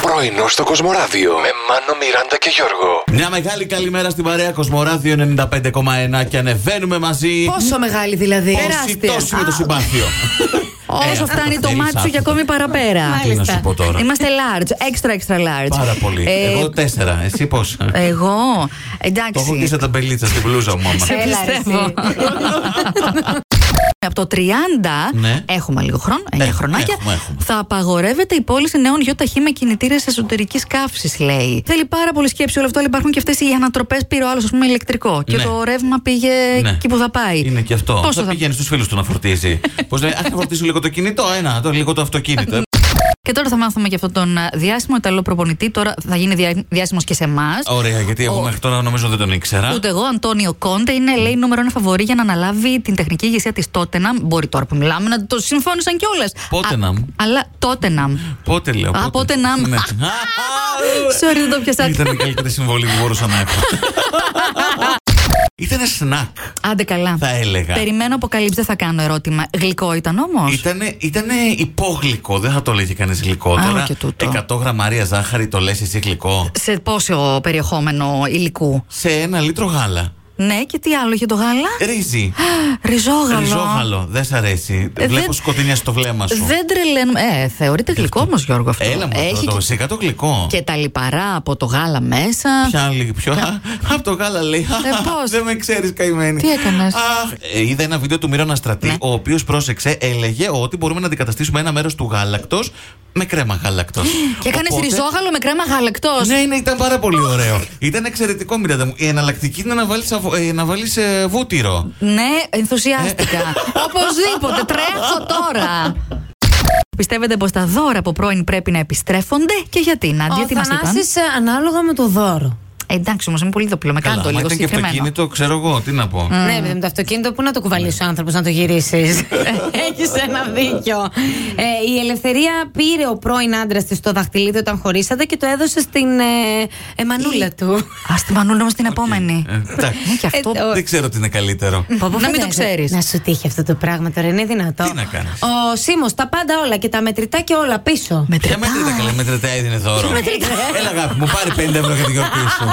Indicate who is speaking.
Speaker 1: Πρωινό στο Κοσμοράδιο με Μάνο, Μιράντα και Γιώργο.
Speaker 2: Μια μεγάλη καλημέρα στην παρέα Κοσμοράδιο 95,1 και ανεβαίνουμε μαζί.
Speaker 3: Πόσο μεγάλη δηλαδή.
Speaker 2: Πόση Ε, τόση με το συμπάθειο.
Speaker 3: Όσο
Speaker 2: Ε,
Speaker 3: φτάνει
Speaker 2: το
Speaker 3: το
Speaker 2: θέλεις
Speaker 3: μάτι σου
Speaker 2: άκουτα.
Speaker 3: και ακόμη παραπέρα.
Speaker 2: Τι να σου πω τώρα.
Speaker 3: Είμαστε large, extra extra large.
Speaker 2: Πάρα πολύ.
Speaker 3: Ε,
Speaker 2: Εγώ τέσσερα. Εσύ πόσα.
Speaker 3: Εγώ.
Speaker 2: Το έχω και
Speaker 3: Εντάξει.
Speaker 2: σε τα μπελίτσα στην πλούζα μου. άμα.
Speaker 3: Έλα, ρε,
Speaker 4: πιστεύω.
Speaker 3: εσύ. Από το 30
Speaker 2: Ναι.
Speaker 3: έχουμε λίγο χρόνο, 9
Speaker 2: Έχουμε,
Speaker 3: χρονάκια.
Speaker 2: έχουμε, έχουμε.
Speaker 3: Θα απαγορεύεται η πώληση νέων ΙΟΤΑΧΗ με κινητήρες εσωτερικής καύσης, λέει. Θέλει πάρα πολύ σκέψη όλο αυτό, αλλά υπάρχουν και αυτές οι ανατροπές. Πήρε ο άλλος, ας πούμε, ηλεκτρικό. Και
Speaker 2: Ναι.
Speaker 3: το ρεύμα πήγε
Speaker 2: Ναι.
Speaker 3: εκεί που θα πάει.
Speaker 2: Είναι και αυτό.
Speaker 3: Πόσο
Speaker 2: θα
Speaker 3: θα-
Speaker 2: πηγαίνει στους φίλους του να φορτίζει. Πώς λέει, Αχ, να φορτίσω λίγο το κινητό, ένα, το, λίγο το αυτοκίνητο.
Speaker 3: Και τώρα θα μάθουμε και αυτόν τον α, διάσημο Ιταλό προπονητή. Τώρα θα γίνει διά, διάσημος και σε εμάς.
Speaker 2: Ωραία, γιατί εγώ μέχρι τώρα νομίζω δεν τον ήξερα.
Speaker 3: Ούτε εγώ, Αντώνιο Κόντε, είναι λέει νούμερο ένα φαβορή για να αναλάβει την τεχνική ηγεσία της Τότεναμ. Μπορεί τώρα που μιλάμε να το συμφώνησαν κιόλας.
Speaker 2: Tottenham.
Speaker 3: Αλλά Τότεναμ.
Speaker 2: Πότε λέω.
Speaker 3: Α, πότε να-
Speaker 2: Ναι.
Speaker 3: Sorry, δεν το πιάσα.
Speaker 2: Ήταν η καλύτερη συμβολή που μπορούσα να έχω. Ήταν σνακ,
Speaker 3: Άντε καλά.
Speaker 2: θα έλεγα.
Speaker 3: Περιμένω αποκαλύψεις, δεν θα κάνω ερώτημα. Γλυκό ήταν όμως.
Speaker 2: Ήτανε, ήτανε υπόγλυκο, δεν θα το λέει και κανείς γλυκό.
Speaker 3: Α,
Speaker 2: Τώρα
Speaker 3: και τούτο.
Speaker 2: 100 γραμμάρια ζάχαρη το λες εσύ γλυκό.
Speaker 3: Σε πόσο περιεχόμενο υλικού.
Speaker 2: Σε ένα λίτρο γάλα.
Speaker 3: Ναι, και τι άλλο για το γάλα.
Speaker 2: Ρύζι.
Speaker 3: Ριζόγαλο.
Speaker 2: Ε, Ριζόγαλο. Δεν σ' αρέσει.
Speaker 3: Ε,
Speaker 2: Βλέπω
Speaker 3: δεν-
Speaker 2: σκοτεινιά στο βλέμμα σου.
Speaker 3: Δεν τρελαίνουμε. Ε, θεωρείται γλυκό όμως, Γιώργο αυτό.
Speaker 2: Έλα μου,
Speaker 3: Έχει
Speaker 2: το, το,
Speaker 3: και-
Speaker 2: σε 100 γλυκό.
Speaker 3: και τα λιπαρά από το γάλα μέσα.
Speaker 2: Ποια άλλη, ποιο. Από το γάλα λέει.
Speaker 3: Ε, πώς?
Speaker 2: Δεν με ξέρεις, καημένη.
Speaker 3: Τι έκανες?
Speaker 2: Αχ, ε, είδα ένα βίντεο του Μύρονα Στρατή,
Speaker 3: Ναι.
Speaker 2: ο οποίος πρόσεξε, έλεγε ότι μπορούμε να αντικαταστήσουμε ένα μέρος του γάλακτος με κρέμα γάλακτο.
Speaker 3: Και έκανες ριζόγαλο με κρέμα γάλακτο.
Speaker 2: Ναι, ναι, ήταν πάρα πολύ ωραίο. ήταν εξαιρετικό, Μιράντα μου. Η εναλλακτική είναι να βάλεις να βάλεις, ε, βούτυρο.
Speaker 3: Ναι, ενθουσιάστηκα.
Speaker 2: Ε.
Speaker 3: Οπωσδήποτε, τρέχω τώρα. Πιστεύετε πως τα δώρα από πρώην πρέπει να επιστρέφονται και γιατί, Νάντια,
Speaker 4: Ο
Speaker 3: τι μας είπαν.
Speaker 4: Θανάσης ε, ανάλογα με το δώρο.
Speaker 3: Ε, εντάξει, όμως είναι πολύ δοπλό, με κάνω το
Speaker 2: άμα
Speaker 3: λίγο
Speaker 2: ήταν και
Speaker 3: συγκεκριμένο.
Speaker 2: αυτοκίνητο, ξέρω εγώ, τι να πω.
Speaker 4: Ναι, παιδί μου, το αυτοκίνητο πού να το κουβαλήσει ο άνθρωπος να το γυρίσεις. Έχεις ένα δίκιο. Ε, η ελευθερία πήρε ο πρώην άντρας της στο δαχτυλίδι όταν χωρίσατε και το έδωσε στην ε, εμμανούλα του.
Speaker 3: Α τη μανούλα όμως την επόμενη.
Speaker 2: Ε, εντάξει.
Speaker 3: Ναι, και αυτό.
Speaker 4: Ε, ο-
Speaker 2: Δεν ξέρω τι είναι καλύτερο.
Speaker 3: Πω, πω,
Speaker 4: Να μην
Speaker 3: φαντάζε.
Speaker 4: το ξέρεις. Να σου τύχει αυτό το πράγμα τώρα, είναι δυνατό.
Speaker 2: Τι να κάνεις.
Speaker 4: Ο Σίμως τα πάντα όλα και τα μετρητά και όλα πίσω.
Speaker 3: Με
Speaker 2: Ποια μέτρητα καλά, μέτρητα έδινε δώρο. Έλα αγάπη μου, πάρε 5 ευρώ για την γιορτή σου.